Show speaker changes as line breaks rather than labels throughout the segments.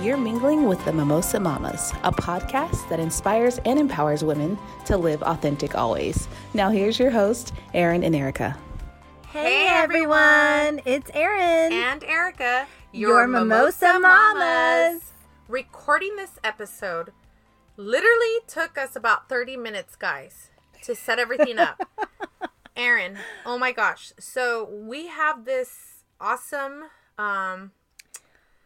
You're mingling with the Mimosa Mamas, a podcast that inspires and empowers women to live authentic always. Now, here's your host, Erin and Erica.
Hey, everyone, it's Erin
and Erica,
Your Mimosa Mamas.
Recording this episode literally took us about 30 minutes, guys, to set everything up. Erin, oh my gosh. So we have this awesome um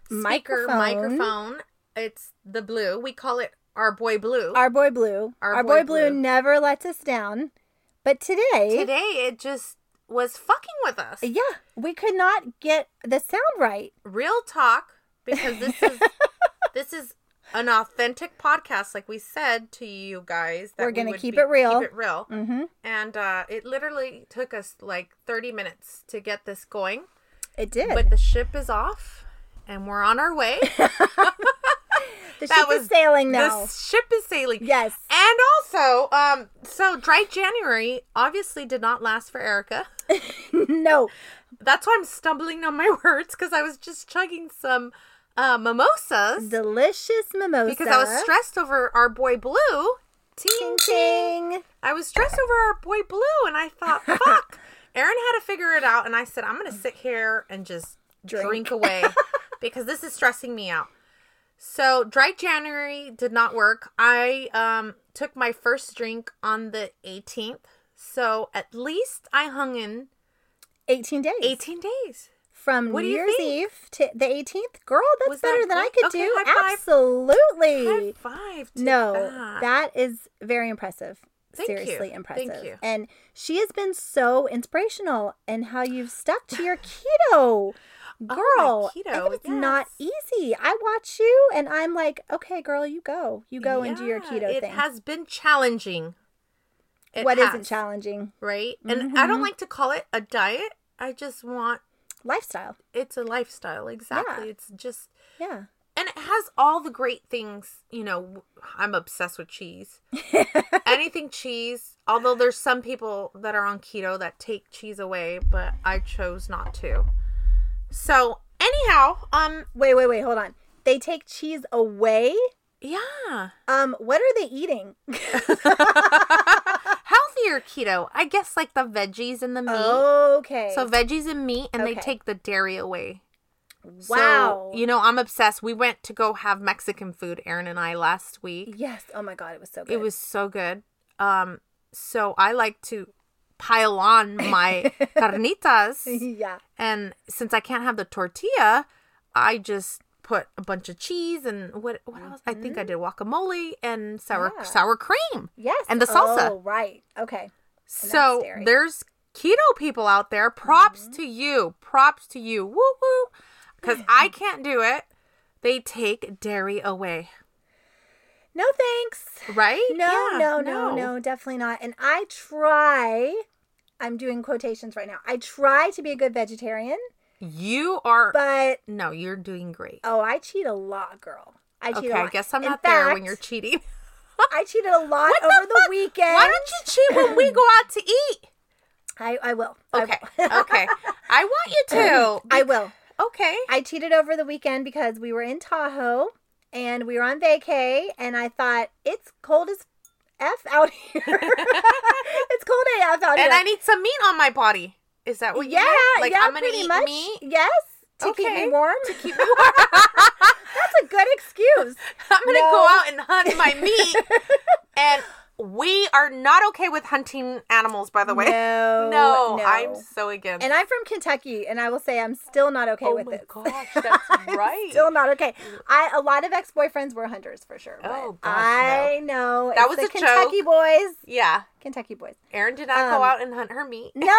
speaker
Microphone.
microphone. It's the blue. We call it our boy blue.
Our boy Blue.
Our
boy,
boy Blue.
Blue. never lets us down. But today,
Today it just was fucking with us.
yeah, we could not get the sound right.
real talk because this is this is an authentic podcast like we said to you guys
We're
we
gonna
would
keep it real.
keep it real
Mm-hmm.
and uh, it literally took us like 30 minutes to get this going
It did.
but the ship is off and we're on our way
the
that
ship is
was
sailing now.
the ship is sailing
Yes.
and also um so dry january obviously did not last for erica
no.
that's why i'm stumbling on my words because i was just chugging some uh, mimosas
Delicious mimosa.
because I was stressed over our boy Blue. Ting
Ting,
ting.
ting.
I was stressed over our boy Blue, and I thought, fuck. Aaron had to figure it out, and I said, I'm gonna sit here and just drink, away because this is stressing me out. So dry January did not work. I um, took my first drink on the 18th, so at least I hung in
18 days.
18 days.
From
What
New
do you
Year's
think?
Eve to the 18th. Girl, that's
Was that
better than I
great?
could
Okay,
do.
high five.
Absolutely.
High five. to
No,
that.
that is very impressive.
Thank you.
Seriously
Thank
impressive.
you.
And she has been so inspirational in how you've stuck to your keto.
Oh, my
Girl,
keto,
and it's not
yes.
easy. I watch you and I'm like, okay, girl, you go. You go and do your
Yeah,
keto
it
thing.
has been challenging. It
What
has,
not challenging?
Right? And I don't like to call it a diet. I just want
Lifestyle.
it's a lifestyle. Exactly.
Yeah.
It's just
Yeah.
and it has all the great things, you know, I'm obsessed with cheese. Anything cheese, although there's some people that are on keto that take cheese away, but I chose not to. So, anyhow, um
Wait, wait, wait, hold on. They take cheese away?
yeah.
Um, what are they eating?
Healthier keto. I guess like the veggies and the meat.
okay.
So veggies and meat, and they
Okay.
take the dairy away. So,
wow.
you know, I'm obsessed. We went to go have Mexican food, Aaron and I, last week.
yes. Oh my god, it was so good.
It was so good. Um, so I like to pile on my carnitas,
yeah.
and since I can't have the tortilla, I just put a bunch of cheese and what what else? I think I did guacamole and sour
Mm-hmm. Yeah.
sour cream.
Yes.
and the salsa.
Oh, right. Okay. that's Mm-hmm.
So
dairy.
there's keto people out there. Props to you. Props to you. Woo woo. Because I can't do it. They take dairy away,
No thanks.
right?
No,
Yeah,
no, no, no, definitely not. And I try, I'm doing quotations right now. I try to be a good vegetarian,
You are.
but
no, you're doing great.
oh, I cheat a lot, girl. I
Okay,
cheat a lot.
I guess I'm
In
not there when
fact,
you're cheating.
I cheated a lot
What the
over the,
fuck?
weekend.
Why don't you cheat when we go out to eat?
I, I will. I
Okay,
will.
okay. I want you to.
I will.
Okay.
I cheated over the weekend because we were in Tahoe and we were on vacay, and I thought it's cold as f out here. it's cold AF out here.
And I need some meat on my body. Is that what you
yeah,
meant?
yeah,
I'm gonna
pretty
eat
much.
meat.
Yes, to keep
Okay.
me warm. To keep me warm. That's a good excuse.
I'm gonna
No.
go out and hunt my meat. and we are not okay with hunting animals, by the way.
No,
No,
no.
I'm so against.
And I'm from Kentucky, and I will say I'm still not okay
oh
with
my
it.
gosh, that's right.
Still not okay. I a lot of ex boyfriends were hunters for sure. but
Oh, gosh, no.
I know
That
it's
was
the
a joke.
Kentucky boys.
yeah,
Kentucky boys.
Erin did not
Um,
go out and hunt her meat.
No, no,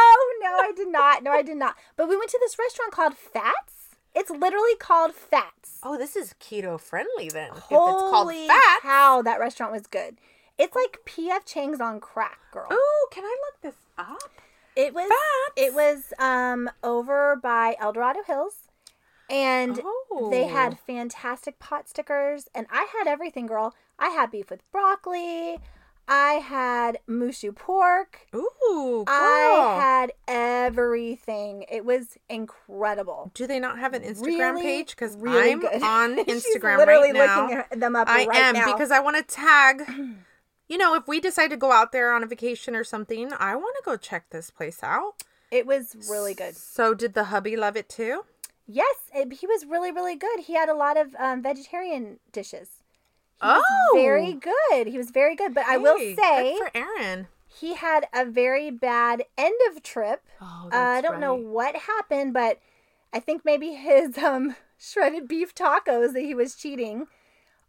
I did not. No, I did not. But we went to this restaurant called Fats. It's literally called Fats.
Oh, this is keto friendly then. if it's called
Holy
fat.
cow, that restaurant was good. It's like PF Chang's on crack, girl.
Oh, can I look this up?
it was
Fats?
it was um over by El Dorado Hills. And they had
Oh.
fantastic pot stickers and I had everything, girl. I had beef with broccoli. I had mushu pork.
Ooh, girl.
I had everything. It was incredible.
Do they not have an Instagram
Really,
page? Because
really
I'm
good.
on
She's
Instagram
literally
right now.
looking at them up
I
right
am
now.
because I want to tag. You know, if we decide to go out there on a vacation or something, I want to go check this place out.
it was really good.
So did the hubby love it too?
Yes, it, he was really really good. He had a lot of um, vegetarian dishes. He
Oh.
was very good. He was very good. But I will
Hey,
say
good for Aaron.
he had a very bad end of trip.
Oh,
Uh, I don't know what happened, but I think maybe his um, shredded beef tacos that he was cheating.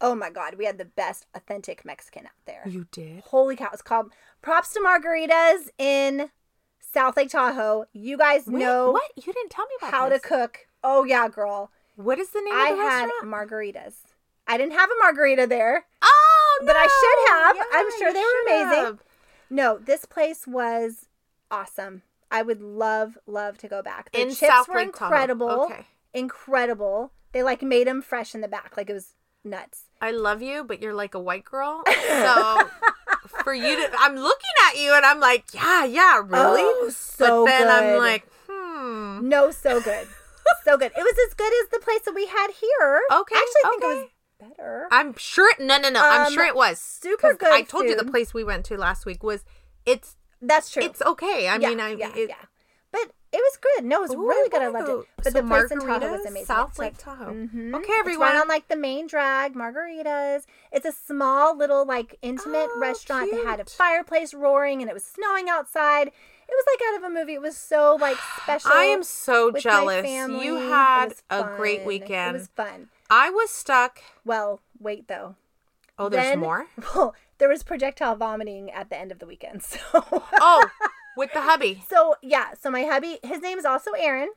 Oh my God, we had the best authentic Mexican out there.
You did.
Holy cow, it's called Props to Margaritas in South Lake Tahoe. You guys
Wait,
know
what? You didn't tell me about
how to
this.
cook. Oh yeah, girl.
What is the name
I
of the
had
restaurant?
margaritas. I didn't have a margarita there.
oh,
but I should
no.
have. I'm
Yeah,
sure
you
they were
should
amazing.
have.
No, this place was awesome. I would love, love to go back. Their
In
chips
South
were
Lake Tahoe.
incredible,
Okay.
incredible. They like made them fresh in the back, like it was nuts.
I love you, but you're like a white girl. So for you to, I'm looking at you and I'm like, yeah, yeah, really?
Oh, so
but then I'm
good.
like, hmm.
No, so good, so good. It was as good as the place that we had here.
Okay,
actually, I think
okay.
it was better.
I'm sure. It, no, no, no. I'm
Um,
sure it was
super
'Cause I
good
told you the
food.
place we went to last week was. It's
That's true.
it's okay. I
yeah,
mean, I
yeah,
it,
yeah. But it was good. No, it was
Ooh,
really good. I
wanna
loved
go.
it. But
So
the place in Tahoe was
margaritas,
amazing.
South
It's
Lake
like-
Tahoe.
Mhm.
Okay,
It's
everyone.
right on like the main drag, margaritas. It's a small little like intimate
Oh,
restaurant that had a
cute.
fireplace roaring and it was snowing outside. It was like out of a movie. It was so like special.
I am so
with my
jealous.
family.
You
It
had
was
a great
fun.
weekend.
It was fun.
I was stuck.
Well, wait though.
Oh, there's
Then-
more.
Well, there was projectile vomiting at the end of the weekend. So
Oh, with the hubby.
So yeah, so my hubby, his name is also Aaron.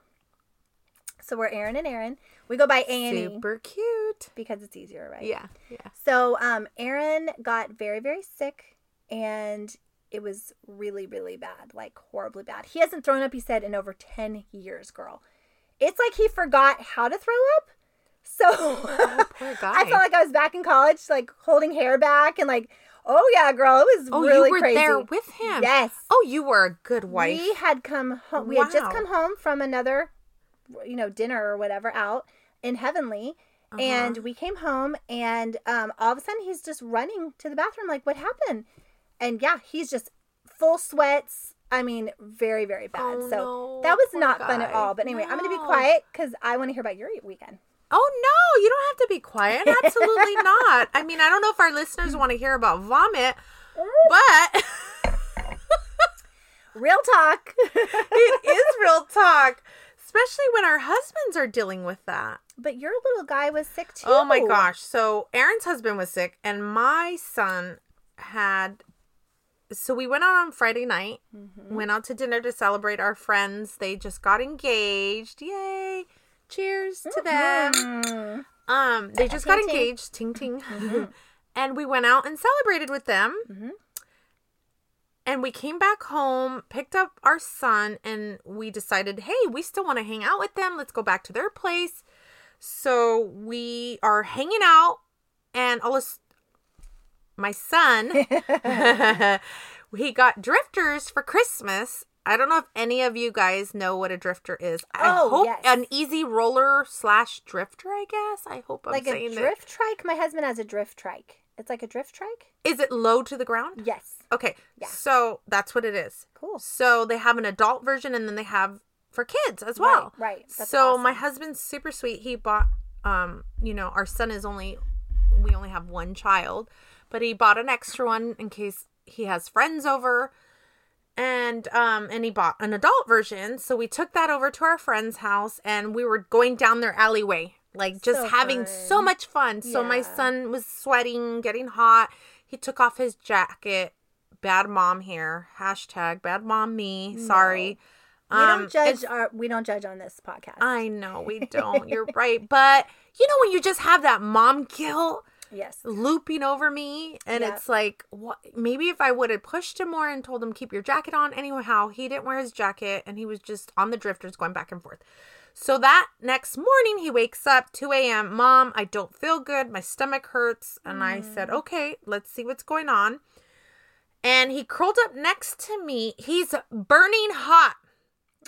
So we're Aaron and Aaron. We go by Annie
Super cute.
because it's easier, right?
Yeah, yeah.
So um, Aaron got very very sick, and it was really really bad, like horribly bad. He hasn't thrown up, he said, in over ten years, girl. It's like he forgot how to throw up. So
Poor guy.
I felt like I was back in college, like holding hair back and like, oh yeah, girl, it was
Oh,
really
you were
crazy.
there with him.
Yes.
Oh, you were a good wife.
We had come home. We had just
Wow.
come home from another, you know, dinner or whatever out in Heavenly,
Uh-huh.
and we came home, and um, all of a sudden he's just running to the bathroom. Like, what happened? And yeah, he's just full sweats. I mean, very very bad.
Oh,
so
no,
that was
poor
not fun at
guy.
all. But anyway, I'm gonna be
No.
quiet because I want to hear about your weekend.
Oh no, you don't have to be quiet. Absolutely not. I mean, I don't know if our listeners want to hear about vomit, but
Real talk.
it is real talk, especially when our husbands are dealing with that.
but your little guy was sick too.
Oh my gosh. So Aaron's husband was sick, and my son had. So we went out on Friday night,
Mm-hmm.
went out to dinner to celebrate our friends. They just got engaged. Yay! Cheers to them.
Mm.
Um, they just got
Ting, Mm-hmm. ting.
engaged, ting ting, and we went out and celebrated with them.
Mhm.
And we came back home, picked up our son, and we decided, hey, we still want to hang out with them. Let's go back to their place. So we are hanging out, and all of a s- my son, he got drifters for Christmas. I don't know if any of you guys know what a drifter is. I
Oh,
hope
yes.
an easy roller slash drifter. I guess I hope I'm
Like a
saying that.
drift trike. My husband has a drift trike. It's like a drift trike.
Is it low to the ground?
Yes.
Okay,
Yeah.
so that's what it is.
Cool.
So they have an adult version, and then they have for kids as well.
Right, right. That's
so my
awesome.
husband's super sweet. He bought, um, you know, our son is only, we only have one child, but he bought an extra one in case he has friends over, and um, and he bought an adult version. So we took that over to our friend's house, and we were going down their alleyway, like just
So
having so
fun.
much fun. So my
Yeah.
son was sweating, getting hot. He took off his jacket. Bad mom hair. Hashtag bad mom me. Sorry.
We
Um,
don't judge
it's-
our we don't judge on this podcast.
I know we don't. You're right. But you know when you just have that mom guilt
yes.
looping over me and
Yeah.
it's like what maybe if I would have pushed him more and told him keep your jacket on anyhow, he didn't wear his jacket and he was just on the drifters going back and forth. So that next morning he wakes up 2 a.m. Mom, I don't feel good. My stomach hurts. And I said, okay, let's see what's going on. and he curled up next to me. He's burning hot.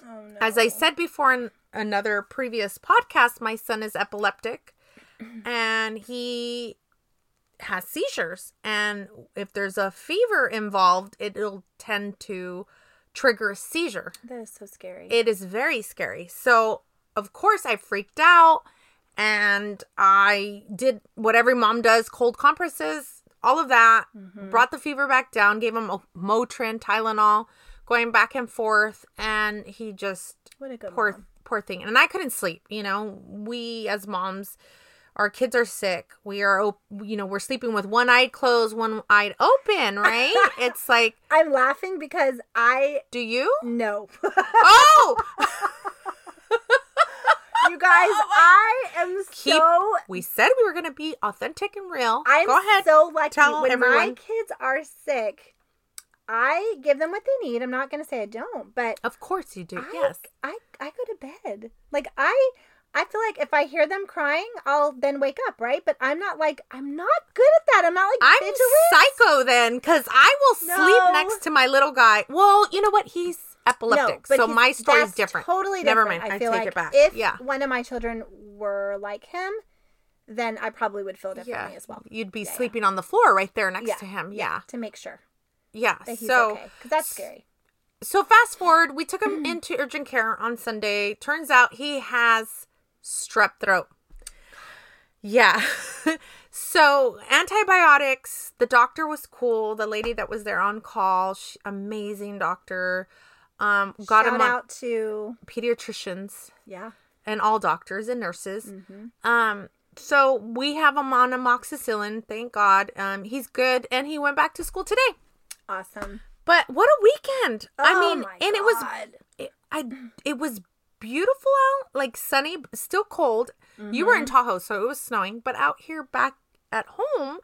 Oh no.
As I said before in another previous podcast, my son is epileptic and he has seizures. And if there's a fever involved, it'll tend to trigger a seizure.
that is so scary.
It is very scary. So, of course, I freaked out and I did what every mom does cold compresses, all of that. Brought the fever back down, gave him a Motrin, Tylenol, going back and forth. And he just,
what a good
poor,
mom.
poor thing. And I couldn't sleep. You know, we as moms, our kids are sick. We are, op- you know, we're sleeping with one eye closed, one eye open, right? it's like,
I'm laughing because I
do you?
know.
Oh!
you guys, I am
Keep-
so
We said we were going to be authentic and real.
I'm
Go ahead.
so lucky.
Tell
when my
everyone.
kids are sick, I give them what they need. I'm not gonna say I don't, but
of course you do.
I,
Mm, yes.
I I go to bed. Like I I feel like if I hear them crying, I'll then wake up, right? But I'm not like I'm not good at that. I'm not like
I'm
vigilant.
psycho then because I will
No.
sleep next to my little guy. Well, you know what? He's
No,
epileptic.
but
so
he's-
my story's
that's
different.
Totally
Never
different.
mind. I,
feel
take
like
it back.
If
yeah.
one of my children were like him, then I probably would feel differently
Yeah.
as well.
You'd be
yeah.
sleeping on the floor right there next
Yeah,
to him. Yeah.
To make sure
Yeah.
that he's
So
okay, because that's scary.
so fast forward, we took him into urgent care on Sunday. Turns out he has strep throat. Yeah. so antibiotics. The doctor was cool. The lady that was there on call, she, amazing doctor. Um, got
Shout
him on
out to
pediatricians
yeah.
and all doctors and nurses.
Mm-hmm.
Um, so we have him on amoxicillin. Thank God. Um, he's good, and he went back to school today.
Awesome.
But what a weekend! I
Oh
mean,
my
and it was
God.
it, I it was beautiful out, like sunny, but still cold. You were in
Mm-hmm.
Tahoe, so it was snowing, but out here back at home,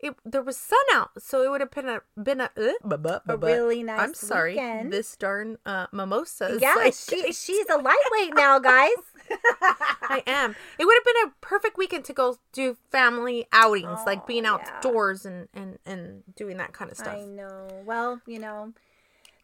it there was sun out, so it would have been a been a, uh, bu- bu- bu-
A
bu-
really nice
I'm sorry,
weekend.
this darn uh, mimosa. is
yeah,
like-
she she's a lightweight now, guys.
I am. It would have been a perfect weekend to go do family outings, like being
Oh, yeah.
outdoors and and and doing that kind of stuff.
I know. Well, you know,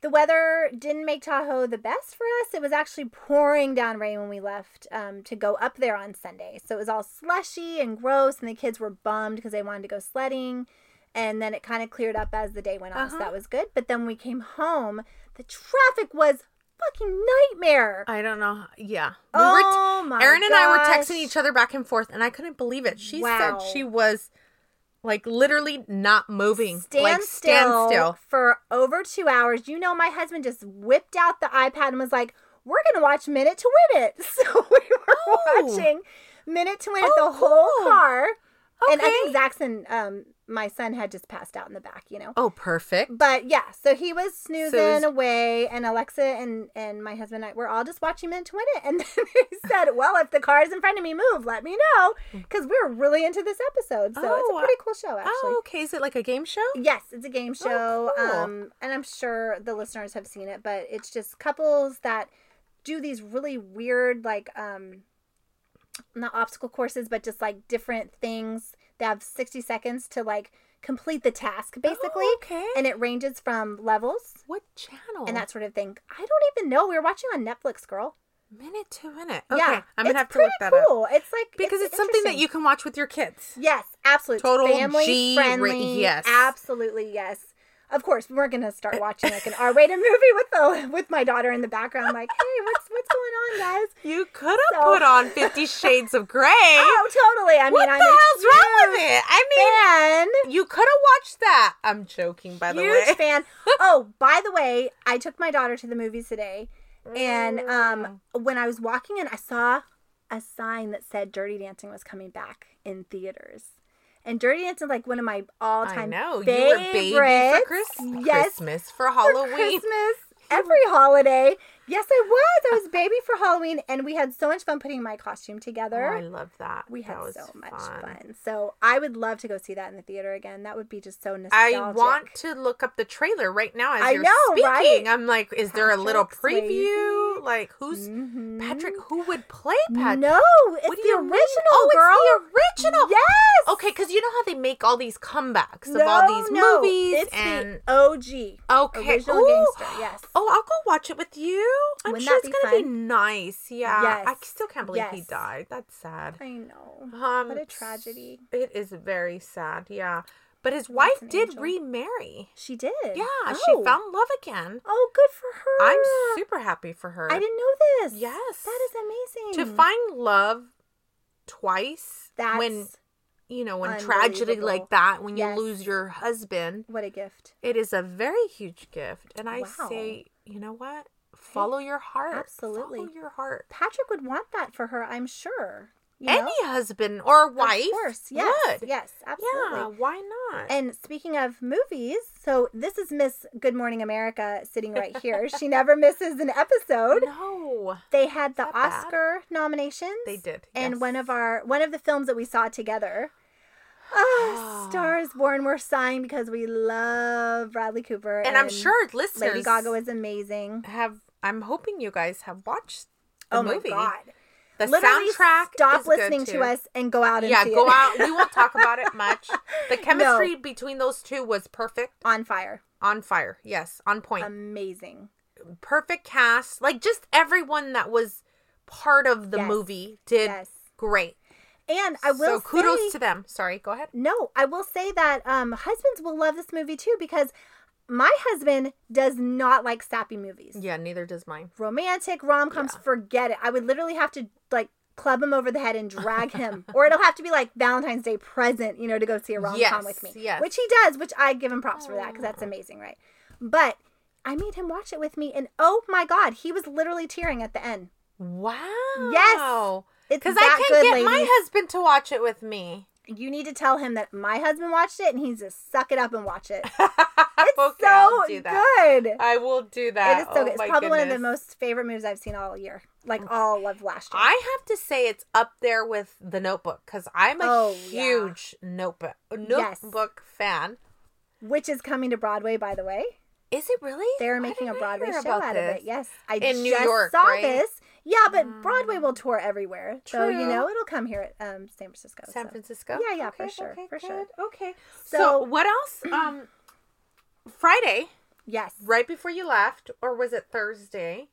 the weather didn't make Tahoe the best for us. It was actually pouring down rain when we left um, to go up there on Sunday, so it was all slushy and gross, and the kids were bummed because they wanted to go sledding. And then it kind of cleared up as the day went on, so
Uh-huh.
that was good. But then we came home, the traffic was fucking nightmare.
I don't know. Yeah. We were t-
oh my!
Erin and I were
gosh.
texting each other back and forth, and I couldn't believe it. She
Wow.
said she was like literally not moving,
stand
like
still
stand still.
for over two hours. You know, my husband just whipped out the iPad and was like, "We're gonna watch Minute to Win It." So we were
Oh.
watching Minute to Win It
Oh,
the whole
cool.
car, and I
Okay.
think Zaxon, um, my son, had just passed out in the back. You know.
Oh, perfect.
But yeah, so he was snoozing
he's-
away, and Alexa and and my husband and I were all just watching Minute to Win It, and then he said, "Well, if the car is in front of me, move. Let me know," because we were really into this episode. So
Mm.
it's
Oh,
a pretty cool show, actually.
Oh, okay. Is it like a game show?
Yes, it's a game show.
Oh, cool.
Um and I'm sure the listeners have seen it, but it's just couples that do these really weird like um not obstacle courses, but just like different things. They have 60 seconds to like complete the task basically.
Oh, okay.
And it ranges from levels
what channel?
and that sort of thing. I don't even know. We were watching on Netflix, girl.
minute to minute. Okay.
yeah.
I'm gonna
it's
have to look that
pretty
up
cool. It's like
because it's, something that
interesting.
you can watch with your kids.
Yes, absolutely.
Total
family
G ra-
friendly.
yes.
absolutely yes. Of course, we weren't gonna start watching like an R-rated movie with the with my daughter in the background, like, hey, what's what's going on, guys?
You could have
So-
put on Fifty Shades of Grey.
Oh, totally. I mean,
what the
I'm
hell's wrong with it? I mean,
a fan.
you could have watched that. I'm joking, by the
huge
way.
fan. Oh, by the way, I took my daughter to the movies today, and
Mm.
um, when I was walking in, I saw a sign that said "Dirty Dancing" was coming back in theaters. And Dirty Dancing is like one of my
I
all-time
know you were
favorites.
baby for Chris-
yes,
Christmas for
for
Halloween.
Christmas, every holiday. Yes, I was. I was baby for Halloween, and we had so much fun putting my costume
Oh,
together.
I love that.
we had
That was
so much fun. So I would love to go see that in the theater again. That would be just so nostalgic.
I want to look up the trailer right now as
I
you're
know,
speaking.
right?
I'm like, is there a little
Patrick
preview? Like, who's Patrick? Who would play Patrick?
Mm-hmm. No, it's
What do
the
you
original
mean? Oh,
girl.
it's the original.
Yes.
Okay, because you know how they make all these comebacks of all these movies
It's
and Oh.
the OG.
Okay.
Original
Ooh.
gangster. Yes.
Oh, I'll go watch it with you. I'm
Wouldn't
sure
that
it's
be
gonna be
fun?
nice. Yeah. I
Yes.
still can't believe he
Yes.
died. That's sad.
I know.
Um,
what a tragedy.
It is very sad. Yeah. But his wife
an
did
angel.
remarry.
She did.
Yeah,
Oh.
she found love again.
Oh, good for her.
I'm super happy for her.
I didn't know this.
Yes.
That is
to
amazing.
find love twice
That's
when you know when tragedy
unbelievable.
like that when
Yes.
you lose your husband
what a gift.
it is a very huge gift and i
Wow.
say you know what follow your heart
Absolutely.
follow your heart
Patrick would want that for her, I'm sure. You know?
any husband or wife
Of course. Yes.
would.
Yes, absolutely.
yeah why not
And speaking of movies, so this is Miss Good Morning America sitting right here. she never misses an episode.
no
They had the
Not bad.
Oscar nominations.
they did
And
yes.
one of our one of the films that we saw together. Oh,
Ah.
Stars Born, we're sighing because we love Bradley Cooper.
and i'm sure listeners
Lady Gaga is amazing.
have i'm hoping you guys have watched the
oh
movie
my god.
the
Literally
soundtrack
Stop
is good,
listening
too.
to us and go out and
yeah
see
go
it.
out we won't talk about it much the chemistry between those two was perfect
on fire.
on fire yes on point
Um, Amazing.
perfect cast like just everyone that was part of the
Yes.
movie did
Yes.
great
And I will
so kudos
say,
to them sorry go ahead
No, I will say that um, husbands will love this movie too because my husband does not like sappy movies.
yeah neither does mine
Romantic rom coms, forget it. I would literally have to like club him over the head and drag him, or it'll have to be like Valentine's Day present, you know, to go see a rom com
Yes,
with me.
yes. Oh.
Which he does, which I give him props for that because that's amazing, right? But I made him watch it with me, and oh my god, he was literally tearing at the end.
wow
It's
because
that
i can't
good,
get my
ladies.
husband to watch it with me
You need to tell him that my husband watched it, and he's just suck it up and watch it.
it's
so good.
i will do that
It is so
Oh
good. It's
my
probably one of the
goodness. Mm.
most favorite movies I've seen all year, like all of last year.
I have to say it's up there with the Notebook because I'm a
Oh, yeah.
huge Notebook Notebook fan.
which is coming to Broadway, by the way.
Is it really?
They're
Why
making a
didn't I
Broadway
hear
show
about
out of
this?
it. Yes, I
In New
just
York,
saw
right? Mm.
this. Yeah, but Broadway will tour everywhere, so you
True.
know it'll come here at um, San Francisco.
San
so.
Francisco.
Yeah, yeah, for sure, for sure.
good, Okay. So,
So-
what else? Um, Friday,
Yes,
right before you left, or was it Thursday?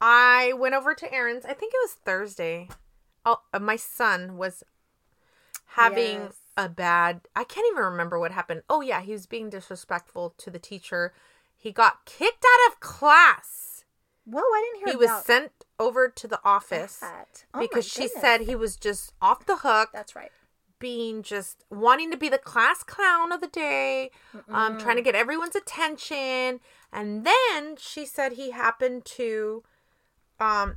I went over to Aaron's. I think it was Thursday. Oh, uh, my son was having
Yes.
a bad. I can't even remember what happened. Oh yeah, he was being disrespectful to the teacher. He got kicked out of class.
Whoa, I didn't hear
He was
about
sent over to the office
that. Oh my
because she
goodness.
said he was just off the hook
that's right.
being just wanting to be the class clown of the day, um, trying to get everyone's attention. And then she said he happened to um,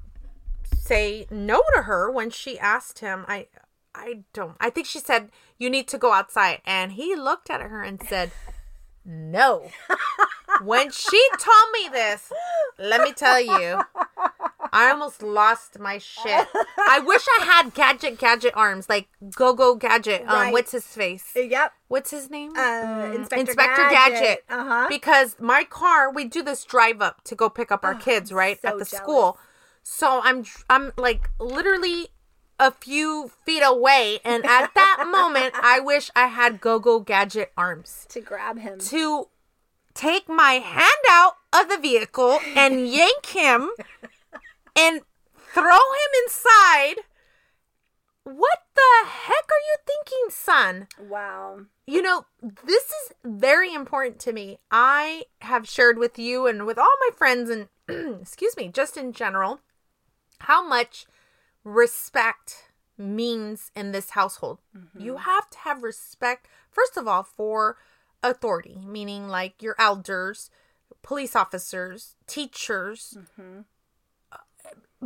say no to her when she asked him. I I don't. I think she said you need to go outside, and he looked at her and said no. when she told me this, let me tell you. I almost lost my shit. I wish I had gadget gadget arms like go go gadget. Um,
Right.
what's his face?
Yep.
What's his name? Mm,
Uh, Inspector,
Inspector Gadget.
Gadget. Uh huh.
Because my car, we do this drive up to go pick up our kids, right,
so
at the
jealous.
school. So I'm I'm like literally a few feet away, and at that moment, I wish I had go go gadget arms
To grab him.
to take my hand out of the vehicle and yank him and throw him inside. What the heck are you thinking, son?
Wow.
You know, this is very important to me. I have shared with you and with all my friends, and excuse me, just in general, how much respect means in this household. You have to have respect, first of all, for authority, meaning like your elders, police officers, teachers.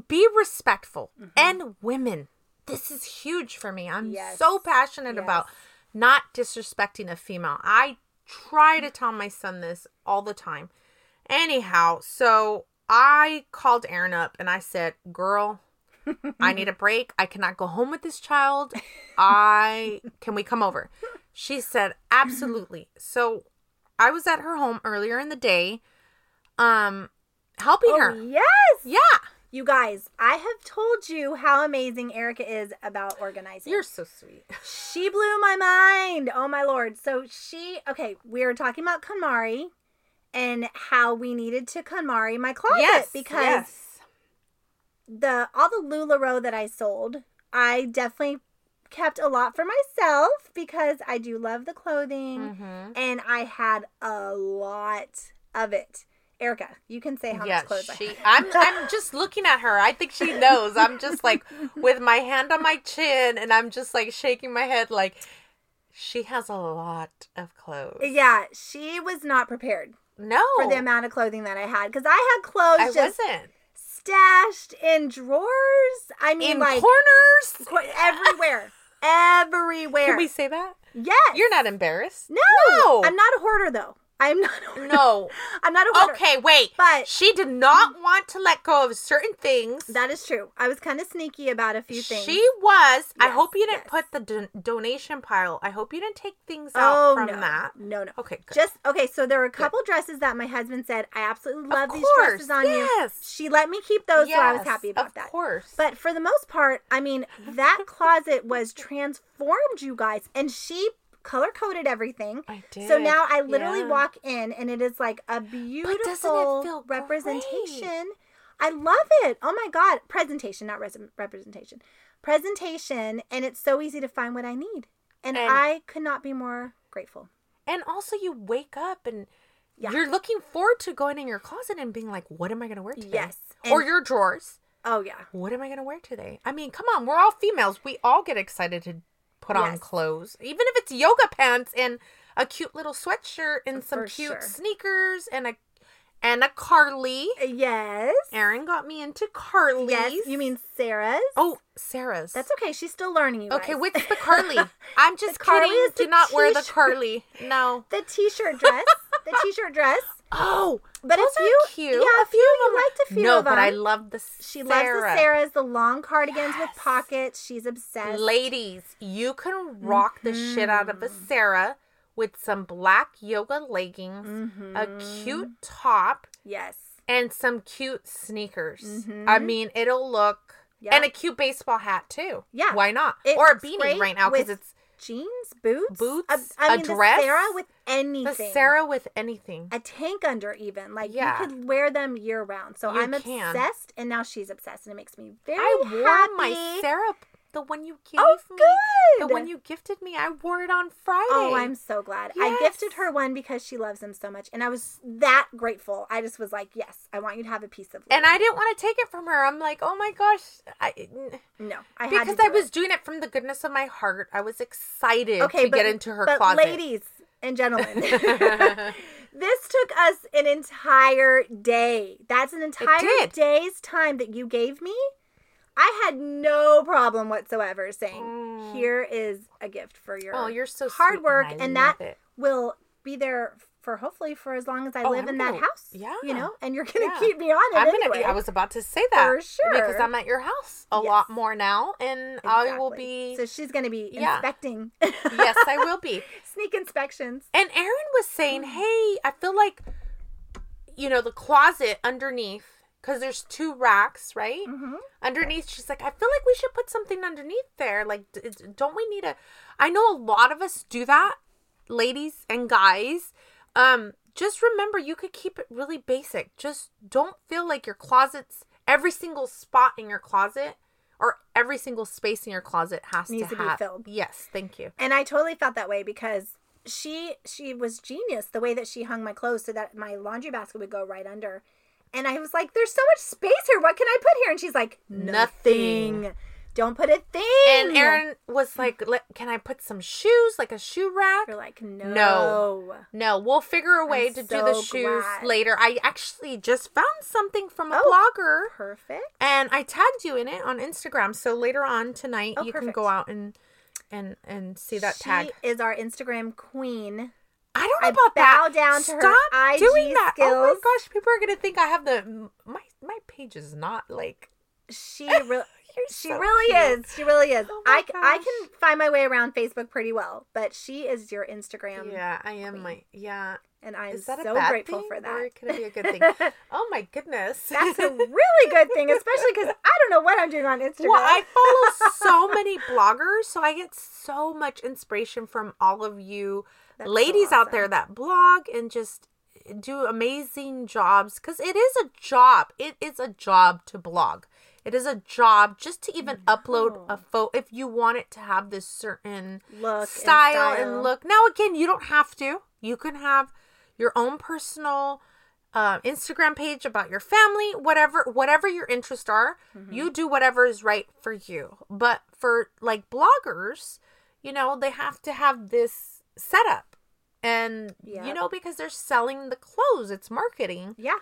Be respectful. And women. This is huge for me. I'm
Yes.
so passionate about not disrespecting a female. I try to tell my son this all the time. Anyhow, so I called Erin up and I said, Girl, I need a break. I cannot go home with this child. I can we come over? She said, Absolutely. So I was at her home earlier in the day, um, helping
Oh,
her.
yes.
Yeah.
You guys, I have told you how amazing Erica is about organizing.
You're so sweet.
she blew my mind. Oh my lord. So she okay, we were talking about KonMari and how we needed to KonMari my closet because the all the LuLaRoe that I sold, I definitely kept a lot for myself because I do love the clothing
Mm-hmm.
and I had a lot of it. Erica, you can say how
Yeah,
much clothes I
she.
had.
I'm. I'm just looking at her. I think she knows. I'm just like with my hand on my chin, and I'm just like shaking my head. Like she has a lot of clothes.
Yeah, she was not prepared
No,
for the amount of clothing that I had because I had clothes
I
just
wasn't
stashed in drawers. I mean,
in
like
corners.
qu- everywhere, everywhere.
Can we say that?
Yes.
You're not embarrassed.
No,
No.
I'm not a hoarder though. I'm not. A hoarder.
No.
I'm not a hoarder.
Okay, wait.
But-
she did not want to let go of certain things.
That is true. I was kind of sneaky about a few things.
She was. I
Yes,
hope you didn't
yes.
put the don- donation pile. I hope you didn't take things
oh
out from
no.
that.
No, no.
Okay, good.
Just okay. So there were a couple dresses that my husband said I absolutely love these
course,
dresses on you.
yes.
She let me keep those, so I was
Yes,
happy about
of
that.
course.
But for the most part, I mean, that closet was transformed, you guys. And she color coded everything.
I
So
did,
now I literally
yeah.
walk in and it is like a beautiful
feel great?
representation. I love it. Oh my God. Presentation, not res- representation. Presentation. And it's so easy to find what I need.
And-
And, I could not be more grateful.
and also, you wake up and
Yeah.
you're looking forward to going in your closet and being like, "What am I going to wear today?"
Yes,
or
and-
your drawers.
Oh, yeah.
What am I going to wear today? I mean, come on, we're all females. We all get excited to put on
Yes.
clothes, even if it's yoga pants and a cute little sweatshirt and some
For
cute
sure.
sneakers and a and a Carly.
Yes.
Erin got me into Carly's.
Yes. You mean Sarah's?
Oh, Sarah's.
That's okay. She's still learning, you guys.
okay. What's the Carly? I'm just
The Carly
kidding.
is
Do
the
not wear the
t-shirt.
Carly. No.
the t-shirt dress the t-shirt dress
Oh,
but
those
if
are
you
cute.
yeah
A
if you liked a few
no,
of them
but I love the
she
Sarah.
loves the sarahs the long cardigans with pockets she's obsessed
Ladies, you can rock the shit out of a
Mm-hmm.
Sarah with some black yoga leggings,
Mm-hmm.
a cute top,
yes
and some cute sneakers. I
Mm-hmm.
mean, it'll look
Yeah.
and a cute baseball hat too.
Yeah.
why not?
It
or a
looks
beanie
great
right now because
with
it's
jeans boots
Boots,
a, I
a
mean
dress,
the sarah with
the
anything
Sarah with anything.
a tank under even like
Yeah.
you could wear them year round so
You
I'm
can.
obsessed and now she's obsessed and it makes me very
I wore
happy.
my Sarah, the one you gave
oh
me, the
good
one you gifted me. I wore it on Friday.
Oh, I'm so glad.
Yes.
I gifted her one because she loves him so much, and I was that grateful. I just was like, "Yes, I want you to have a piece of."
and I didn't want to take it from her. I'm like, oh my gosh, I.
no, I had to
because
do
I was
it.
doing it from the goodness of my heart. I was excited
okay,
to
but,
get into her
but
closet.
ladies and gentlemen, this took us an entire day. That's an entire
did.
day's time that you gave me. I had no problem whatsoever saying,
Mm.
"Here is a gift for your
oh, you're so sweet,
hard work,"
and, I
and
love
that
it.
will be there for hopefully for as long as I
Oh,
live
I'm
in that
gonna-
house.
yeah.
you know, and you're gonna
Yeah.
keep me on it
I'm gonna
anyway.
be. I was about to say that
For sure.
because I'm at your house a
Yes.
lot more now, and I will
Exactly.
be.
So she's gonna be
Yeah.
inspecting.
yes, I will be.
Sneak inspections.
And Erin was saying,
Mm.
"Hey, I feel like, you know, the closet underneath." Because there's two racks, right?
Mhm.
Underneath, she's like, I feel like we should put something underneath there. Like, d- d- don't we need a? I know a lot of us do that, ladies and guys. Um, just remember, you could keep it really basic. Just don't feel like your closets, every single spot in your closet, or every single space in your closet has
Needs
to,
to be
have-
filled.
Yes, thank you.
And I totally felt that way because she she was genius the way that she hung my clothes so that my laundry basket would go right under. And I was like, "There's so much space here. What can I put here?" And she's like,
Nothing.
"Nothing. Don't put a thing."
And Erin was like, "Le- "Can I put some shoes, like a shoe rack?"
you're like, "No."
No, we'll figure a way
I'm
to do
so
the shoes
glad.
later. I actually just found something from a
Oh.
blogger,
Perfect.
and I tagged you in it on Instagram. So later on tonight,
Oh,
you
perfect.
can go out and and and see that
she
tag.
is our Instagram queen.
I don't know
I
about that.
bow down to her
Stop
IG
doing that. Oh my
skills.
gosh, people are gonna think I have the my my page is not like
She really
you're
Uh, She
so
really
cute.
is. She really is.
Oh my
I, I
gosh.
can find my way around Facebook pretty well, but she is your Instagram.
Yeah, I am my yeah.
and I'm
Is that
so
a bad
grateful
thing,
for
Or
that.
could it be a good thing? oh my goodness.
That's a really good thing, especially because I don't know what I'm doing on Instagram.
Well, I follow so many bloggers, so I get so much inspiration from all of you
That's so
ladies out
awesome.
there that blog and just do amazing jobs because it is a job. It is a job to blog. It is a job just to even upload a photo if you want it to have this certain
Look and
style, and
style.
look. Now, again, you don't have to. You can have your own personal uh, Instagram page about your family, whatever, whatever your interests are. You do whatever is right for you. But for like bloggers, you know, they have to have this setup, and you
Yep.
know, because they're selling the clothes, it's marketing,
yeah.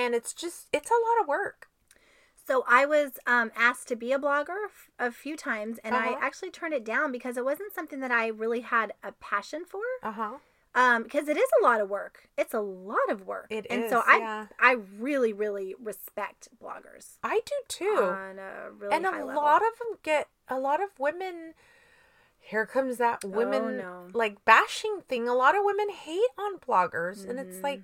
and it's just it's a lot of work.
So I was um, asked to be a blogger f- a few times, and
Uh-huh.
I actually turned it down because it wasn't something that I really had a passion for.
Uh huh.
Um, because it is a lot of work. It's a lot of work.
It
and
is,
so I
yeah.
I really really respect bloggers
I do too.
on a really
and a
high level.
lot of them get a lot of women here comes that women
Oh, no.
like bashing thing a lot of women hate on bloggers and it's like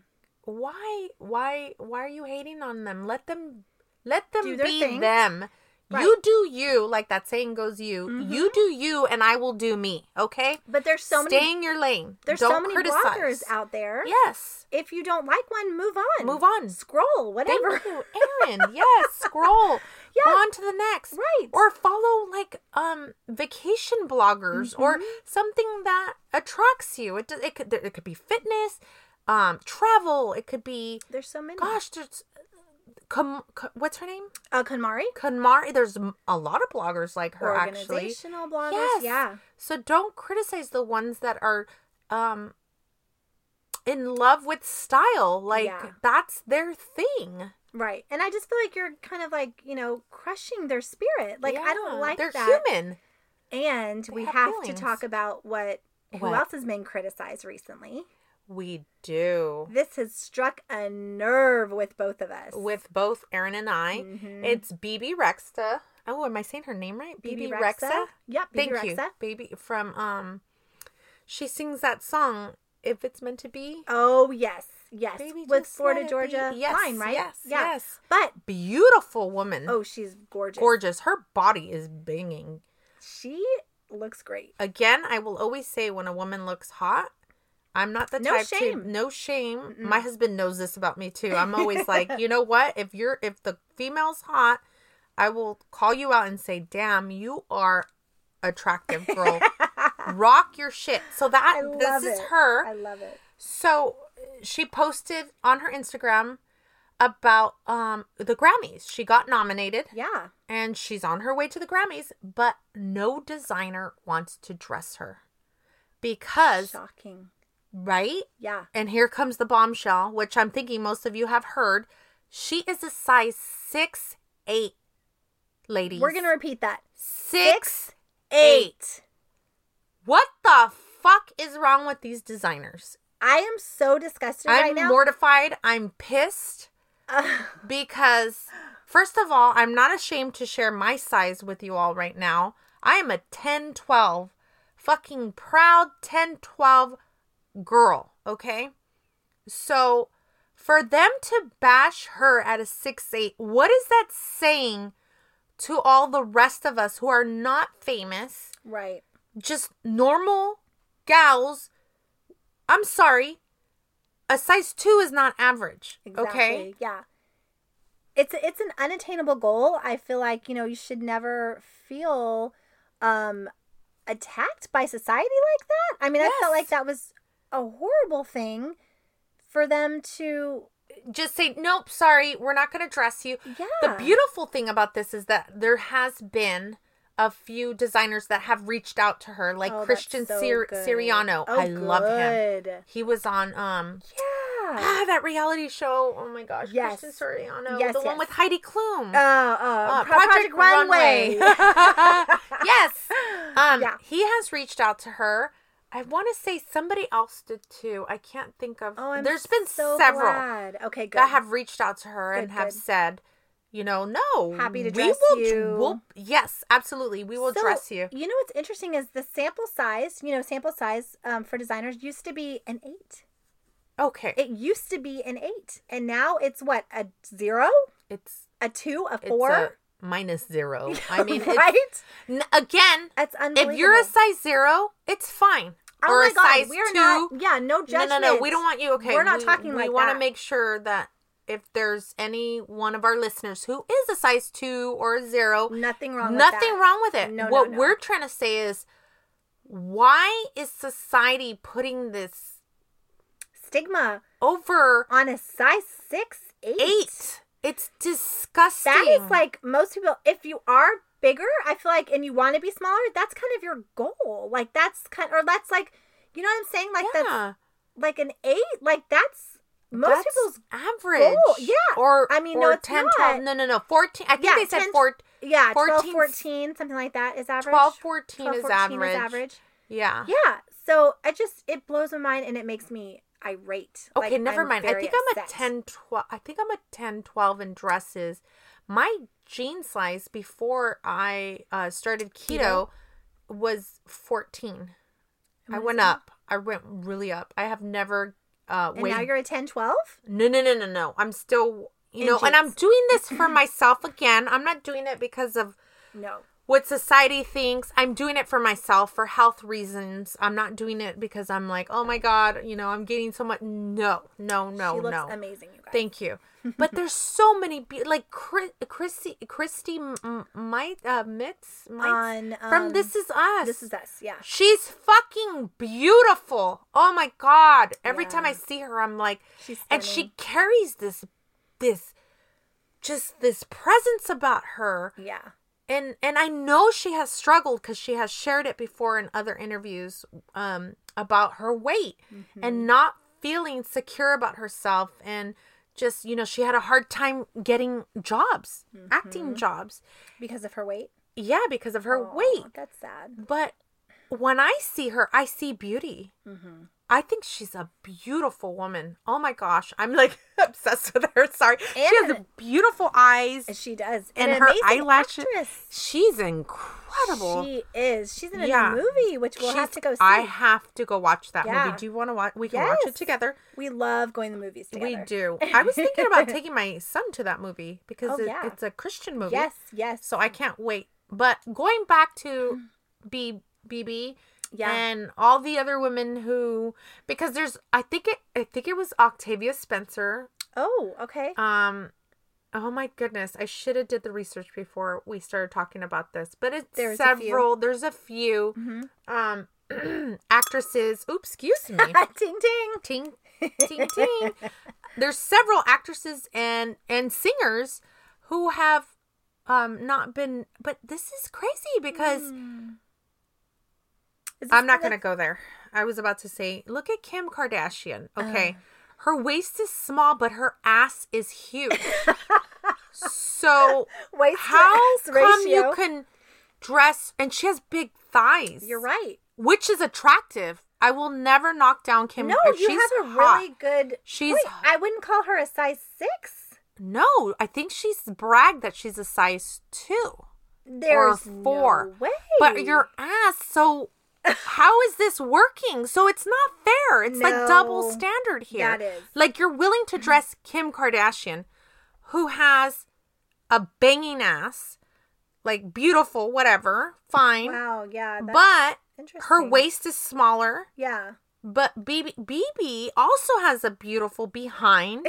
Mm-hmm.
why why why are you hating on them let them let them
Do their
be
thing.
them you
Right.
do you like that saying goes you you do you and i will do me okay
but there's so
stay
many
in your lane
there's
Don't
so many
criticize.
bloggers out there.
yes
If you don't like one, move on.
move on
Scroll, whatever.
Thank you, Erin. yes, scroll.
Yeah.
Go on to the next.
Right.
Or follow like um vacation bloggers or
Mm-hmm.
something that attracts you. It do- it could it could be fitness, um travel, it could be
There's so many.
gosh, there's Kam, Ka- what's her name?
uh, Kanmari.
Kanmari. There's m- a lot of bloggers like her actually.
Organizational bloggers.
Yes.
Yeah.
So don't criticize the ones that are um in love with style. Like
Yeah.
that's their thing.
Right. And I just feel like you're kind of like, you know, crushing their spirit. Like, I
Yeah,
don't like
they're
that.
human.
And we
have
have, to
feelings.
talk about what, who
What?
else has been criticized recently.
We do.
This has struck a nerve with both of us.
With both Erin and I,
Mm-hmm.
it's BB Rexta. Oh, am I saying her name right?
BB
BB
Rexa?
Rexa.
Yep, BB
Thank you,
Rexa.
baby. From um, she sings that song. If it's meant to be,
Oh, yes. Yes.
Baby,
with
just
Florida
let it be.
Georgia
Yes,
line, right?
yes,
Yeah.
yes. Mm-hmm.
But,
beautiful woman,
oh, she's gorgeous.
gorgeous. Her body is banging.
She looks great.
Again, I will always say when a woman looks hot, I'm not the
No
type to
shame.
no shame. My husband knows this about me too. I'm always like, you know what? If you're if the female's hot, I will call you out and say, "Damn, you are attractive, girl. Rock your shit." So that
I love
this is
it.
her.
I love it.
So she posted on her Instagram about um the Grammys. She got nominated
Yeah.
and she's on her way to the Grammys, but no designer wants to dress her. Because,
Shocking.
right?
Yeah.
And here comes the bombshell, which I'm thinking most of you have heard. She is a size six eight, ladies.
We're going to repeat that.
six eight.
Eight.
What the fuck is wrong with these designers?
I am so disgusted right
I'm
now.
mortified. I'm pissed
Ugh.
because, first of all, I'm not ashamed to share my size with you all right now. I am a 10 12, fucking proud 10 12 girl, okay? So for them to bash her at a six eight, what is that saying to all the rest of us who are not famous?
Right.
just normal gals. I'm sorry. A size two is not average.
Exactly.
Okay.
Yeah. It's it's an unattainable goal. I feel like, you know, you should never feel um attacked by society like that. I mean, I felt
Yes.
like that was a horrible thing for them to
Just say, nope, sorry, we're not going to dress you.
yeah.
The beautiful thing about this is that there has been a few designers that have reached out to her, like
Oh, that's
Christian
so
Sir-
good.
Siriano.
Oh,
I love him.
good.
He was on um
Yeah.
ah, that reality show. Oh my gosh,
Yes.
Christian Siriano,
Yes,
the one
yes.
with Heidi Klum.
Uh, uh,
Uh,
Pro- Project, Runway.
yes. Um,
Yeah.
He has reached out to her. I want to say somebody else did too. I can't think of.
oh, I'm
There's been
so
several
glad. Okay, good.
that have reached out to her and
Good,
have
good.
said, you know, no,
Happy to dress
will,
you."
We'll, yes, absolutely, we will
So,
dress you.
You know what's interesting is the sample size. You know, sample size um, for designers used to be an eight.
Okay.
It used to be an eight, and now it's what a zero,
it's
a two, a
it's
four.
a minus zero. I mean, it's-
right?
n- again,
That's unbelievable.
if you're a size zero, it's fine.
oh
or
my
a
God,
size
we're
two.
Not, yeah, no
no,
judgment.
no, no. We don't want you. Okay,
We're not
we-
talking
We
like
want to
that.
make sure that if there's any one of our listeners who is a size two or a zero,
nothing wrong. with
nothing
that.
wrong with it.
No, no,
what
no.
we're trying to say is, why is society putting this
Stigma
over
on a size six, eight.
eight? It's disgusting.
That is like most people. If you are bigger, I feel like, and you want to be smaller, that's kind of your goal. Like that's kind, or that's like, you know what I'm saying? Like that's
yeah,
like an eight. Like that's most
that's
people's
average.
goal, yeah.
or
I mean,
or
no, it's
10,
not.
12, no, no, no, fourteen. I think
Yeah,
they said
10,
four,
Yeah,
14
12, 14, something like that is average.
12, 14
12,
is
14
average. Yeah.
Yeah. So I just, it blows my mind and it makes me irate.
Okay,
Like,
never
I'm
mind. I
very
think I'm a
upset.
10, 12. I think I'm a 10, 12 in dresses. My jean size before I uh, started keto was 14. I
Amazing.
went up. I went really up. I have never uh,
And
weighed.
now you're a 10, 12?
No, no, no, no, no. I'm still, you
In
know, and I'm
jeans.
doing this for myself again. I'm not doing it because of
No.
what society thinks. I'm doing it for myself for health reasons. I'm not doing it because I'm like, oh my God, you know, I'm getting so much. No, no, no,
she looks
no.
amazing, you guys.
Thank you. But there's so many be- like Chris, Christy Christy M- M- Mite uh Mitz Mites?
On,
from
um,
This Is Us.
This is us. Yeah.
She's fucking beautiful. Oh my god. Every time I
Yeah.
see her I'm like
She's
and
stunning.
she carries this this just this presence about her.
Yeah.
And and I know she has struggled cuz she has shared it before in other interviews um about her weight
Mm-hmm.
and not feeling secure about herself and just you know she had a hard time getting jobs, acting jobs.
Because of her weight.
Yeah, because of her
Mm-hmm. Aw,
weight.
That's sad.
But when I see her, I see beauty.
Mm-hmm.
I think she's a beautiful woman. Oh my gosh, I'm like obsessed with her. Sorry, she has
And-
beautiful eyes
And she does.
and,
an
her
amazing
eyelashes.
actress.
She's incredible.
She is. She's in a
Yeah.
new movie, which we'll have
She's-
to go see.
I have to go watch that
Yeah.
movie. Do you want to watch? We can watch it
Yes.
together.
we love going to the movies together.
We do. I was thinking about taking my son to that movie because
Oh,
it-
yeah.
it's a Christian movie.
Yes, yes.
So I can't wait. But going back to B BB
Yeah.
and all the other women who because there's I think it I think it was Octavia Spencer.
oh, okay.
Um oh my goodness, I should have did the research before we started talking about this. But it's
There's a few. Mm-hmm.
several there's a few um actresses. Oops, excuse me.
ting ting.
ting ting ting. There's several actresses and and singers who have um not been but this is crazy because
Hmm. Is this
I'm not
the-
going to go there. I was about to say look at Kim Kardashian.
Uh.
Okay. Her waist is small but her ass is huge. so
Waist to
how
ass
come
ratio.
you can dress and she has big thighs.
You're right.
Which is attractive. I will never knock down Kim.
No,
uh,
you
she's
have a
hot.
really good.
She's
Wait, I wouldn't call her a size six.
No, I think she's bragged that she's a size two
There's
or four.
No way.
But your ass, so how is this working? So it's not fair. It's like double
No,
standard here.
that is.
Like you're willing to dress Kim Kardashian, who has a banging ass, like beautiful, whatever, fine.
Wow. Yeah. That's
but her
interesting.
waist is smaller.
Yeah.
But BB, BB also has a beautiful behind.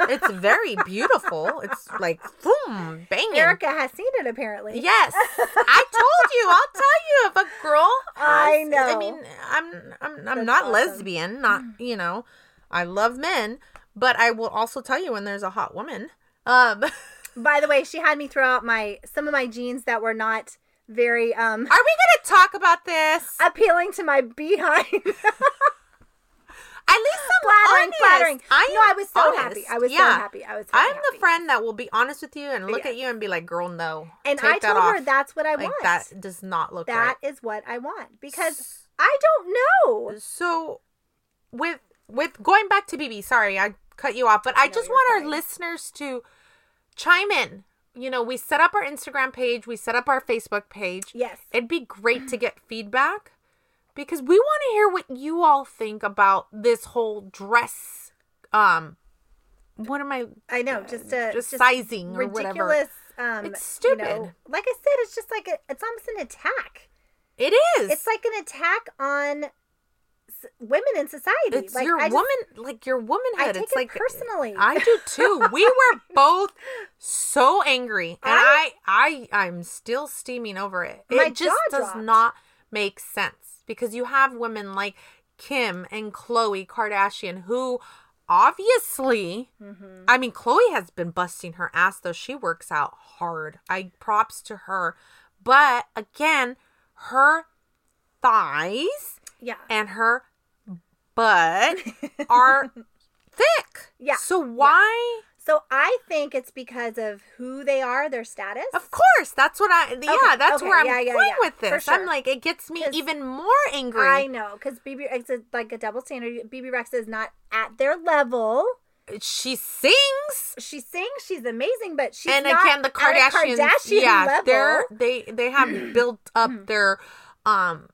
it's very beautiful. It's like boom, banging.
Erica has seen it apparently.
Yes, I told you. I'll tell you if a girl.
I
has- I
know.
mean, I'm I'm I'm
That's
not
awesome.
lesbian. Not you know, I love men, but I will also tell you when there's a hot woman. Um,
By the way, she had me throw out my some of my jeans that were not very um
are we gonna talk about this?
appealing to my behind. flattering,
At least I'm honest.
flattering.
I
no, I
am
was so happy.
honest.
I was
Yeah.
so happy. I was. Very
I'm the
happy.
friend that will be honest with you and look
Yeah.
at you and be like, "Girl, no."
And
Take
I
that
told
off.
her that's what I
like
want. That
that
is
does not look right.
what I want because I don't know.
So, with with going back to BB, sorry, I cut you off, but I
No,
just
you're
want our
fine.
listeners to chime in. You know, we set up our Instagram page, we set up our Facebook page.
Yes.
It'd be great to get feedback because we want to hear what you all think about this whole dress. Um, what am I?
I know, just a
uh, just, sizing or whatever.
ridiculous. Um,
It's
you
stupid.
know, like I said, it's just like a, it's almost an attack.
It is.
It's like an attack on s- women in society.
it's
like
your
I just-
woman, like your womanhood.
I take
it's
it
like
personally.
I do too. We were both so angry, and I,
I-
I, I am still steaming over it.
My
It just
jaw
does
dropped.
not make sense because you have women like Kim and Khloe Kardashian who obviously
Mm-hmm.
I mean Chloe has been busting her ass though she works out hard. I props to her. But again, her thighs
yeah.
and her butt are thick.
Yeah.
So why?
So I think it's because of who they are, their status.
Of course, that's what I. yeah, that's
okay,
where I'm
yeah, yeah,
going
yeah,
with
for
this. I'm
sure.
like, it gets me
'Cause
even more angry.
I know, because BB it's a, like a double standard. BB Rex is not at their level.
she sings,
She sings, she's amazing, but she's
and
not
again, the
at a
Kardashians.
Kardashian
yeah,
level. Mm-hmm.
they're they they have built up their um.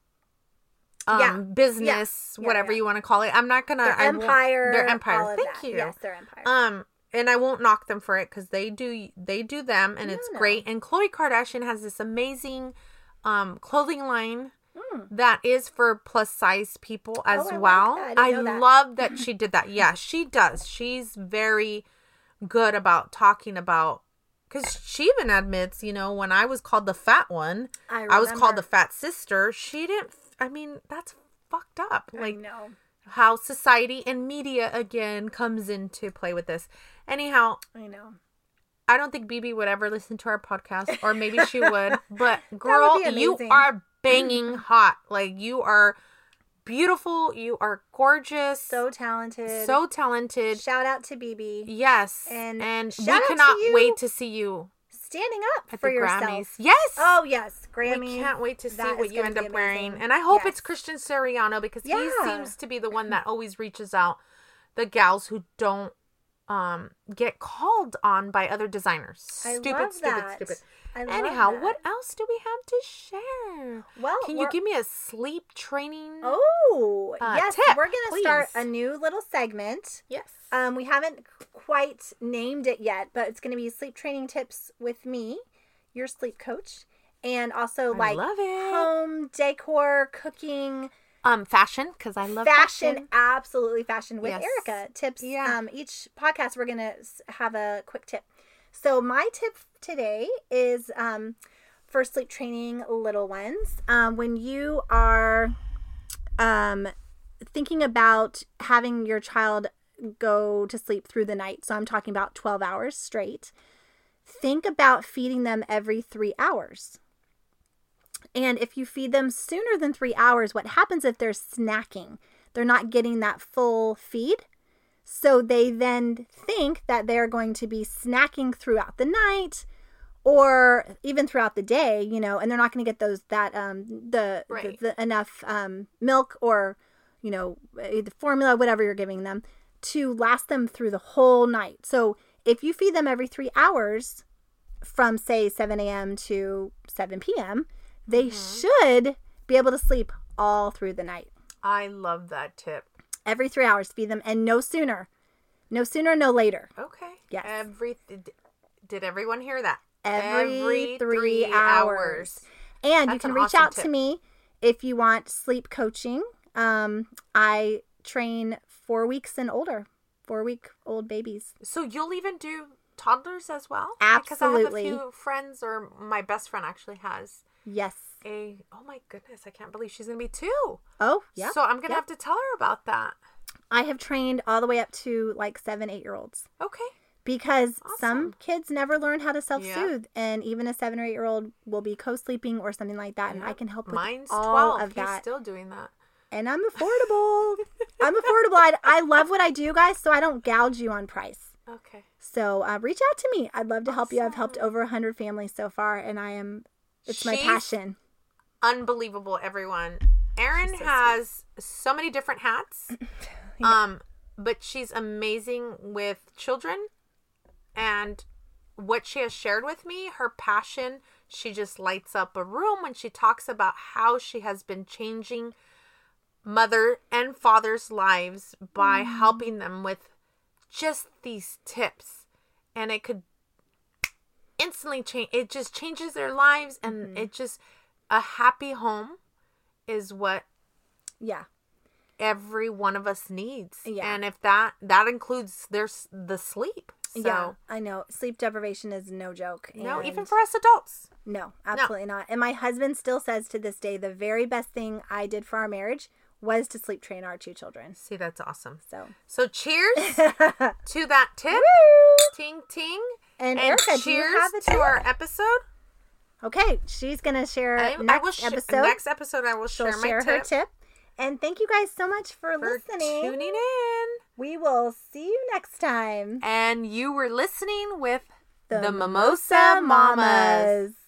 Um,
Yeah,
business,
yeah,
whatever
yeah.
you want to call it. I'm not gonna
their
I won't-
empire,
Their empire.
all of
Thank
that.
you.
Yes, their empire.
Um, and I won't knock them for it because they do they do them, and it's
no.
great. And Khloe Kardashian has this amazing um clothing line that is for plus size people as
Oh, I like
well.
that. I
I,
didn't know that.
love that she did that. Yeah, she does. She's very good about talking about because she even admits, you know, when I was called the fat one,
I
was called
remember.
the fat sister. She didn't. I mean, that's fucked up. Like
I know.
how society and media again comes into play with this. Anyhow,
I know.
I don't think BB would ever listen to our podcast, or maybe she would. But girl,
be
you
amazing.
are banging hot. Like you are beautiful. You are gorgeous.
So talented.
so talented.
shout out to BB
yes, and,
And
we
shout out to
cannot
you
wait to see you
standing up
at
for
the
yourself.
Grammys. Yes.
Oh yes, Grammys.
We can't wait to see
That
what
is
you
gonna
end
be
up wearing.
amazing.
And I hope
Yes.
it's Christian Siriano because he
Yeah.
seems to be the one that always reaches out the gals who don't um get called on by other designers.
I
Stupid,
love
stupid,
that.
stupid.
I love
Anyhow,
that.
what else do we have to share?
Well,
Can you
we're-
give me a sleep training?
Oh
Uh,
yes,
tip,
we're gonna start
please.
a new little segment.
yes.
Um, we haven't quite named it yet, but it's gonna be sleep training tips with me, your sleep coach, and also
I
like
love it.
home decor, cooking,
Um fashion cuz I love
fashion,
fashion.
absolutely fashion with
Yes.
Erica tips.
Yeah.
Um, each podcast we're gonna s- have a quick tip. So my tip today is um, for sleep training little ones. Um, when you are um, thinking about having your child go to sleep through the night, so I'm talking about 12 hours straight. Think about feeding them every three hours. And if you feed them sooner than three hours, what happens if they're snacking? They're not getting that full feed. So they then think that they're going to be snacking throughout the night or even throughout the day, you know, and they're not going to get those, that, um, the, the-
Right.
the, enough um, milk or, you know, eh, the formula, whatever you're giving them to last them through the whole night. So if you feed them every three hours, from say 7 a.m. to 7 p.m., they
Mm-hmm.
should be able to sleep all through the night.
I love that tip.
Every three hours, feed them, and no sooner. No sooner, no later.
Okay.
Yes.
Every did- did everyone hear that?
Every, three, hours. And you
That's
can
an
reach
awesome
out
tip.
to me if you want sleep coaching. Um, I train four weeks and older, four week old babies.
So you'll even do toddlers as well? Because I
Absolutely.
have a few friends, or my best friend actually has
Yes.
a. Oh my goodness, I can't believe she's gonna be two.
Oh, yeah.
So I'm gonna
yeah.
have to tell her about that.
I have trained all the way up to like seven, eight year olds.
Okay.
because
Awesome.
some kids never learn how to self-soothe and even a 7 or 8 year old will be co-sleeping or something like that and I can help with
Mine's
all
twelve.
of
He's
that
still doing that.
and I'm affordable I'm affordable I, I love what I do guys so I don't gouge you on price
Okay.
so uh, reach out to me I'd love to help you I've helped over 100 families so far and I am it's my
She's-
passion
Unbelievable, everyone. Erin has so many different hats. Um, but she's amazing with children and what she has shared with me, her passion, she just lights up a room when she talks about how she has been changing mother and father's lives by helping them with just these tips and it could instantly change it just changes their lives and it just a happy home is what
Yeah.
every one of us needs
Yeah.
and if that that includes their s- the sleep so
yeah. I know. Sleep deprivation is no joke.
no even
and-
for us adults
No, absolutely not. And my husband still says to this day the very best thing I did for our marriage was to sleep train our two children.
see that's awesome
So
so cheers to that tip ting ting
And Erica,
cheers
do you have a
to
tip?
our episode
Okay, she's gonna share
I,
next
I will sh-
episode.
next episode I will
She'll
share
share,
my
her
tip
tip. And thank you guys so much for,
for
listening.
tuning in.
We will see you next time.
And you were listening with the, Mimosa, Mamas.